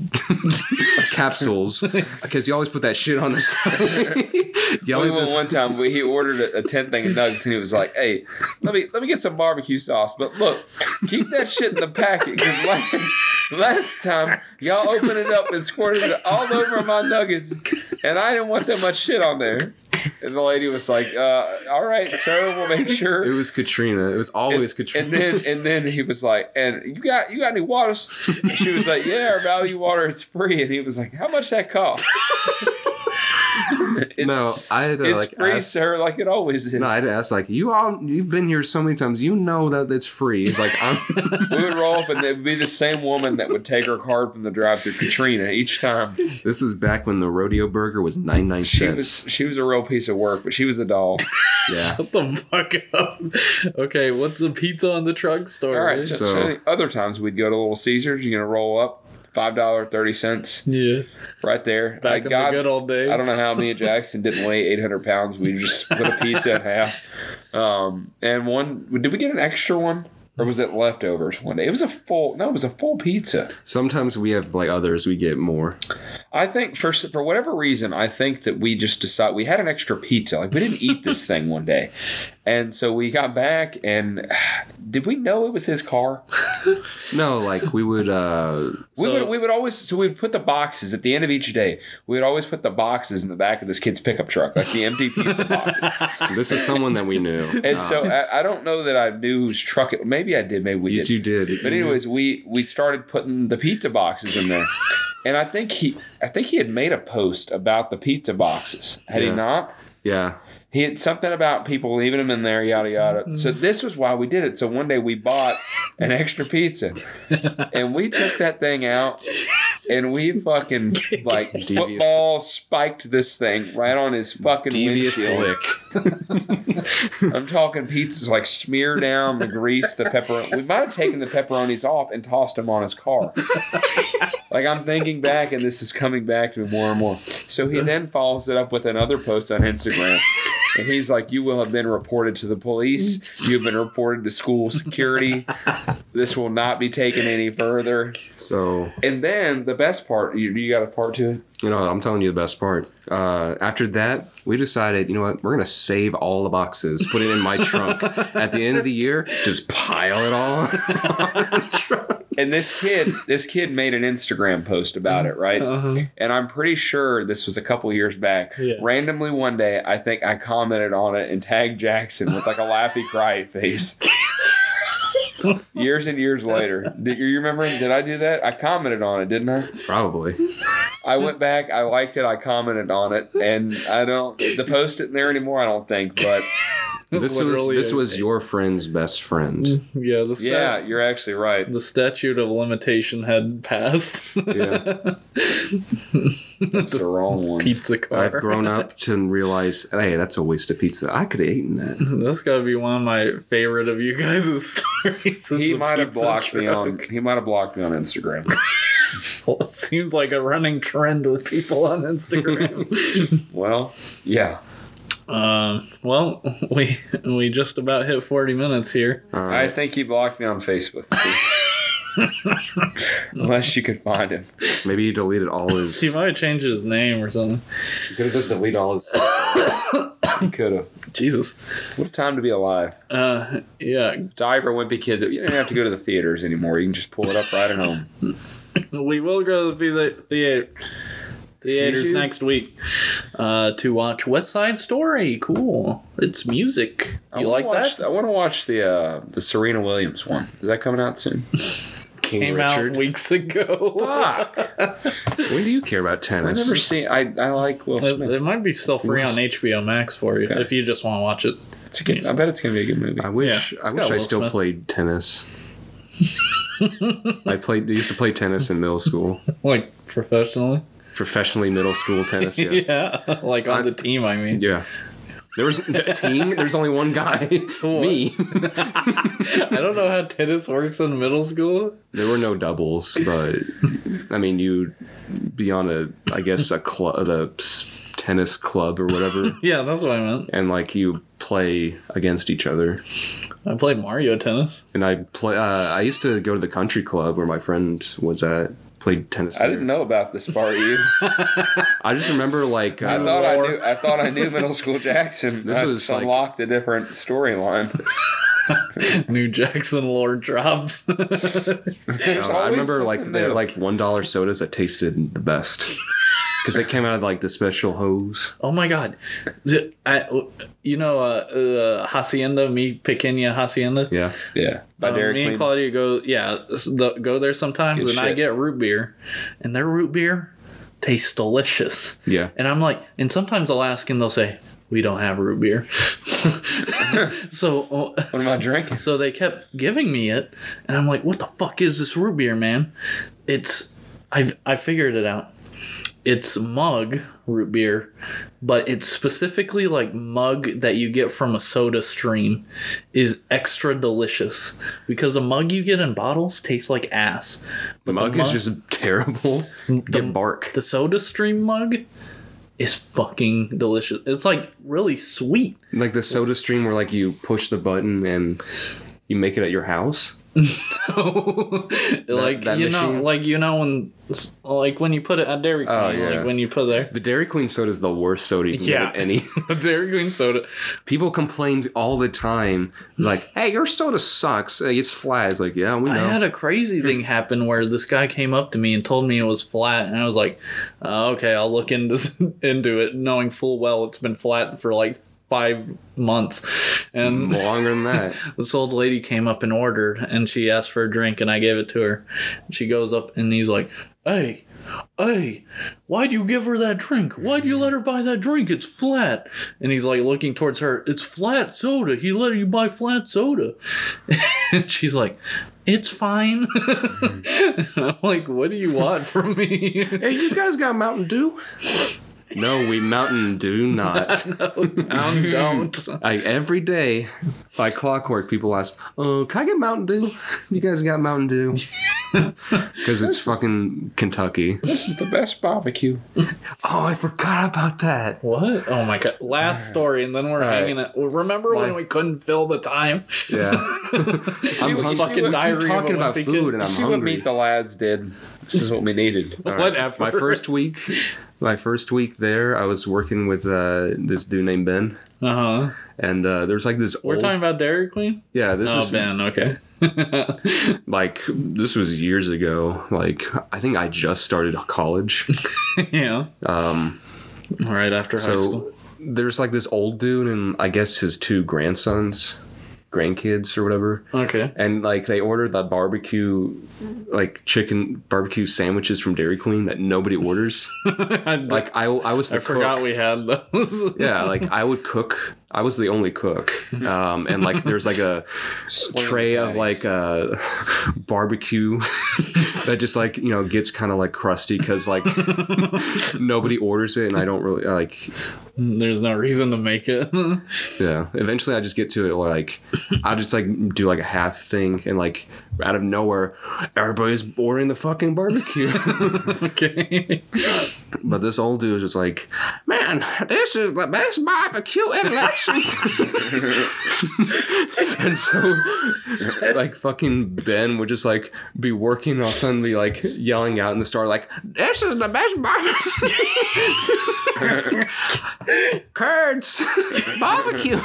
S3: capsules because you always put that shit on the side. you
S1: We
S3: always
S1: went
S3: put-
S1: one time. We, he ordered a, a ten thing of nuggets, and he was like, "Hey, let me let me get some barbecue sauce, but look, keep that shit in the packet because last, last time y'all opened it up and squirted it all over my nuggets, and I didn't want that much shit on there." And the lady was like, uh, "All right, sir, we'll make sure."
S3: It was Katrina. It was always Katrina.
S1: And then and then he was like, and you got you got any waters? And she was like, yeah, our value water is free. And he was like, how much that cost? it's,
S3: no, I had to
S1: it's
S3: like
S1: free,
S3: ask-
S1: sir, like it always is.
S3: no, I had to ask like you all. You've been here so many times. You know that it's free. He's like, I'm.
S1: we would roll up, and it would be the same woman that would take her card from the drive-through, Katrina, each time.
S3: This is back when the rodeo burger was 99
S1: She
S3: cents.
S1: was she was a real piece of work, but she was a doll.
S3: yeah.
S2: Shut the fuck up. Okay, what's the pizza on the truck story?
S1: All right, so,
S3: So-
S1: so other times we'd go to Little Caesars. You're gonna roll up. Five dollar thirty cents,
S2: yeah,
S1: right there.
S2: back
S1: Like,
S2: in the
S1: God-
S2: good old days.
S1: I don't know how me and Jackson didn't weigh 800 pounds. We just split a pizza in half. Um, and one, did we get an extra one? Or was it leftovers one day? It was a full, no, it was a full pizza.
S3: Sometimes we have like others, we get more.
S1: I think for, for whatever reason, I think that we just decided we had an extra pizza. Like we didn't eat this thing one day. And so we got back and did we know it was his car?
S3: No, like we would. uh
S1: we
S2: So-
S1: would we would always so we'd put the boxes at the end of each day. We would always put the boxes in the back of this kid's pickup truck, like the empty pizza boxes.
S3: This is someone that we knew.
S1: And
S3: Uh,
S1: so I, I don't know that I knew whose truck it. Maybe I did. Maybe we
S3: you
S1: did.
S3: two did.
S1: But anyways, we we started putting the pizza boxes in there, and I think he I think he had made a post about the pizza boxes. Had
S3: Yeah.
S1: he not?
S3: yeah,
S1: He had something about people leaving them in there, yada yada. So this was why we did it. So one day we bought an extra pizza, and we took that thing out, and we fucking like
S3: Devious.
S1: football spiked this thing right on his fucking
S3: devious
S1: windshield.
S3: lick.
S1: I'm talking pizzas like smear down the grease, the pepperoni. We might have taken the pepperonis off and tossed them on his car. like I'm thinking back, and this is coming back to me more and more. So he then follows it up with another post on Instagram. And he's like, You will have been reported to the police. You've been reported to school security. This will not be taken any further.
S3: So
S1: And then the best part, you, you got a part to it?
S3: you know, I'm telling you the best part. Uh, after that, we decided, you know what, we're gonna save all the boxes, put it in my trunk. At the end of the year, just pile it all.
S1: And this kid, this kid made an Instagram post about it, right?
S2: Uh-huh.
S1: and I'm pretty sure this was a couple years back.
S2: Yeah.
S1: Randomly one day, I think I commented on it and tagged Jackson with like a laughy cry face. years and years later, did you remember? Did I do that? I commented on it, didn't I?
S3: Probably.
S1: I went back, I liked it, I commented on it, and I don't. The post isn't there anymore, I don't think. But
S3: This was
S2: Literally
S3: this
S2: a-
S3: was your friend's best friend.
S2: yeah, the sta-
S1: yeah, you're actually right.
S2: the statute of limitation had passed.
S3: Yeah.
S1: That's the wrong one.
S2: pizza car.
S3: I've grown up to realize, hey, that's a waste of pizza. I could have eaten that.
S2: That's gotta be one of my favorite of you guys' stories. is
S1: He
S2: the
S1: might have
S2: pizza
S1: blocked me on.
S2: truck.
S1: He might have blocked me on Instagram.
S2: Well, it seems like a running trend with people on Instagram.
S1: well, yeah.
S2: um, well, we we just about hit forty minutes here.
S3: All
S1: I
S3: right.
S1: think he blocked me on Facebook. Unless you could find him.
S3: Maybe he deleted all his.
S2: He might have changed his name or something.
S3: could have just deleted all his.
S1: He could have.
S2: Jesus.
S1: What a time to be alive.
S2: Uh, yeah.
S1: Diaper wimpy kid that you don't have to go to the theaters anymore. You can just pull it up right at home.
S2: We will go to the theater. Theaters
S1: Shoo-shoo.
S2: next week uh, to watch West Side Story. Cool. It's music.
S1: I
S2: You
S1: wanna
S2: like
S1: watch,
S2: that?
S1: I want to watch the uh, the Serena Williams one. Is that coming out soon?
S3: King
S2: Came
S3: Richard.
S2: out weeks ago.
S1: Fuck.
S3: When do you care about
S1: I
S3: tennis?
S1: never seen. I I like Will
S2: It,
S1: Smith.
S2: it might be still free on HBO Max for you
S1: Okay.
S2: if you just want to watch it.
S1: It's a good, I bet it's gonna be a good movie.
S3: I wish
S2: Yeah,
S3: I
S2: it's
S3: wish
S2: got
S3: I
S2: Will
S3: still
S2: Smith.
S3: played tennis. I played used to play tennis in middle school,
S2: Like professionally.
S3: professionally middle school tennis. Yeah,
S2: Yeah. like on the team, I mean.
S3: yeah. There was a team. There's only one guy, me.
S2: I don't know how tennis works in middle school.
S3: There were no doubles, but I mean, you be on a, I guess a club, the s- tennis club or whatever,
S2: Yeah, that's what I meant.
S3: and like you play against each other.
S2: I played Mario tennis.
S3: And I play. Uh, I used to go to the country club where my friend was at. Played tennis.
S1: I
S3: there.
S1: didn't know about this bar either.
S3: I just remember like
S1: I
S3: uh,
S1: thought I knew. I thought I knew middle school Jackson.
S3: This
S1: I
S3: was
S1: just
S3: like-
S1: unlocked a different storyline.
S2: New Jackson lore drops.
S1: There's
S3: No, I
S1: always
S3: remember like
S1: something
S3: they were
S1: new.
S3: like one dollar sodas that tasted the best because they came out of like the special hose.
S2: oh my god. Z- I- you know, uh, uh, Hacienda, mi pequeña Hacienda?
S3: Yeah,
S1: yeah. By
S2: Uh,
S1: Dairy
S2: me and
S1: Queen.
S2: Claudia go, yeah, s- the, go there sometimes,
S1: Good
S2: and I
S1: shit.
S2: get root beer, and their root beer tastes delicious.
S3: yeah.
S2: And I'm like, and sometimes I'll ask, and they'll say, "We don't have root beer." so, uh,
S1: What am I drinking?
S2: so they kept giving me it, and I'm like, "What the fuck is this root beer, man?" It's I I figured it out. It's mug root beer, but it's specifically like mug that you get from a soda stream is extra delicious because the mug you get in bottles tastes like ass.
S3: The
S2: the
S3: mug
S2: mug-
S3: is just terrible. Get bark.
S2: The soda stream mug is fucking delicious. It's like really sweet.
S3: like the soda stream where like you push the button and you make it at your house.
S2: like
S3: that
S2: you know,
S3: machine?
S2: like you know when, like when you put it at Dairy Queen,
S3: Oh, yeah.
S2: like when you put there.
S3: The Dairy Queen soda is the worst soda you can
S2: Yeah.
S3: get at any.
S2: Dairy Queen soda.
S3: People complained all the time, like, "Hey, your soda sucks. Hey, It's flat." It's like, yeah, we
S2: I
S3: know.
S2: had a crazy thing happen where this guy came up to me and told me it was flat, and I was like, uh, "Okay, I'll look into into it," knowing full well it's been flat for like five months, and
S3: Longer than that.
S2: This old lady came up and ordered, and she asked for a drink, and I gave it to her. She goes up, and he's like, "Hey, hey, why'd you give her that drink? Why'd you let her buy that drink? It's flat." And he's like looking towards her. It's flat soda. He let you buy flat soda, and she's like. It's fine. And I'm like, what do you want from me?
S3: Hey, you guys got Mountain Dew? no, we Mountain Dew not.
S2: I don't.
S3: I, every day, by clockwork, people ask, "Oh, can I get Mountain Dew? You guys got Mountain Dew?" Because it's fucking Kentucky.
S1: This is the best barbecue.
S3: Oh, I forgot about that.
S2: What? Oh my god! Last story, and then we're
S3: right.
S2: hanging it. Well, Remember when
S3: My-
S2: we couldn't fill the time?
S3: Yeah, I'm
S1: what- you
S3: hungry.
S1: see what-
S2: fucking
S1: you
S3: I keep
S2: diary.
S3: talking
S2: of a
S3: about
S2: wimpy
S3: food,
S2: kid.
S3: and I'm
S1: See what
S3: hungry.
S1: Meet the Lads did. This is what we needed.
S3: All
S2: Whatever.
S3: My first week, my first week there, I was working with uh, this dude named Ben,
S2: Uh huh.
S3: and uh, there's like this.
S2: We're
S3: old,
S2: talking about Dairy Queen.
S3: Yeah, this
S2: oh
S3: is
S2: Ben, okay.
S3: like this was years ago. Like I think I just started college.
S2: yeah.
S3: Um,
S2: Right after high school.
S3: So there's like this old dude and I guess his two grandsons, grandkids or whatever,
S2: Okay.
S3: and like they ordered the barbecue, like chicken barbecue sandwiches from Dairy Queen that nobody orders.
S2: I,
S3: like I, I was the
S2: I forgot
S3: cook.
S2: we had those.
S3: yeah, like I would cook. I was the only cook, um, and like there's like a tray of like uh, barbecue that just like you know gets kind of like crusty because like nobody orders it, and I don't really like
S2: There's no reason to make it.
S3: Yeah. Eventually, I just get to it like I just like do like a half thing, and like out of nowhere, everybody's ordering the fucking barbecue.
S2: okay.
S3: But this old dude was just like, man, this is the best barbecue in Lexington. and so, like, fucking Ben would just, like, be working and all of a sudden be, like, yelling out in the store, like, this is the best barbecue. Curds, barbecue.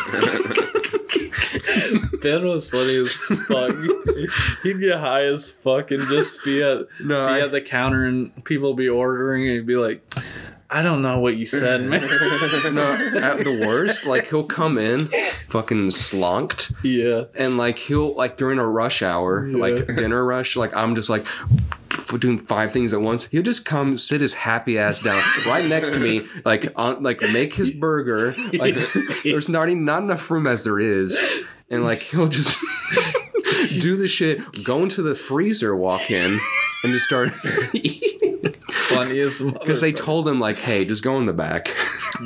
S2: Ben was funny as fuck. He'd get high as fuck and just be at
S3: No,
S2: be
S3: I-
S2: at the counter and people be ordering and he'd be like, I don't know what you said, man.
S3: no, at the worst, like, he'll come in fucking slonked.
S2: yeah.
S3: and like he'll like during a rush hour,
S2: Yeah.
S3: like dinner rush, like I'm just like f- doing five things at once. He'll just come sit his happy ass down right next to me, like on like make his burger. Like there's not even not enough room as there is, and like he'll just do the shit, go into the freezer, walk in, and just start.
S2: Funny as
S3: Because they told him like, "Hey, just go in the back."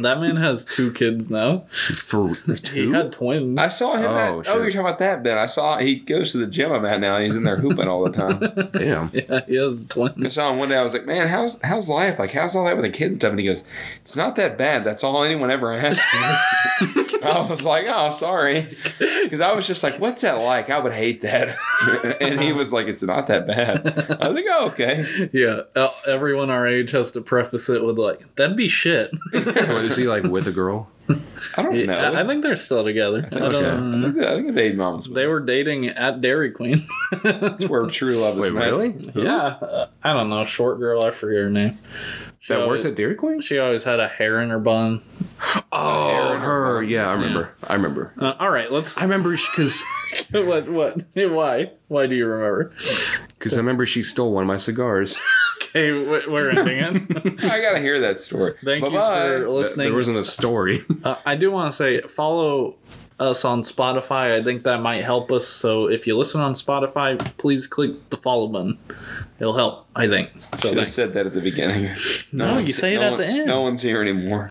S2: That man has two kids now.
S3: For
S2: He had twins.
S1: I saw him.
S3: Oh,
S1: at,
S3: shit.
S1: oh, you're talking about that, Ben. I saw he goes to the gym I'm at now. He's in there hooping all the time.
S3: damn,
S2: yeah, he has
S1: I
S2: twins.
S1: saw him one day. I was like, "Man, how's how's life? Like, how's all that with the kids and stuff?" And he goes, "It's not that bad. That's all anyone ever asks." me." I was like, "Oh, sorry," because I was just like, "What's that like? I would hate that." and he was like, "It's not that bad." I was like, "Oh, okay."
S2: Yeah, uh, everyone our age has to preface it with like, "That'd be shit."
S3: what is he like with a girl?
S1: I don't
S2: Yeah,
S1: know.
S2: I, I think they're still together. I
S1: I
S2: don't
S1: think-
S2: know.
S1: I think, I think the baby mom's
S2: They were dating at Dairy Queen.
S1: that's where true love is.
S3: Wait,
S1: met.
S3: really?
S2: Yeah, uh, I don't know. Short girl, I forget her name. She
S3: That
S2: always,
S3: works at Dairy Queen?
S2: She always had a hair in her bun.
S3: Oh,
S1: Aaron.
S3: her. Yeah, I remember. I remember.
S2: Uh, all right, let's.
S3: I remember because
S2: what? What? Why? Why do you remember?
S3: because I remember she stole one of my cigars.
S2: Okay, we- we're ending it.
S1: I gotta hear that story.
S2: Thank you for
S1: Bye-bye.
S2: listening.
S3: There wasn't a story.
S2: Uh, I do want to say follow us on Spotify. I think that might help us. So if you listen on Spotify, please click the follow button. It'll help. I think. So
S1: Should have
S2: thanks.
S1: said that at the beginning.
S2: No, you
S1: one's-
S2: say it at
S1: one-
S2: the end.
S1: No one's here anymore.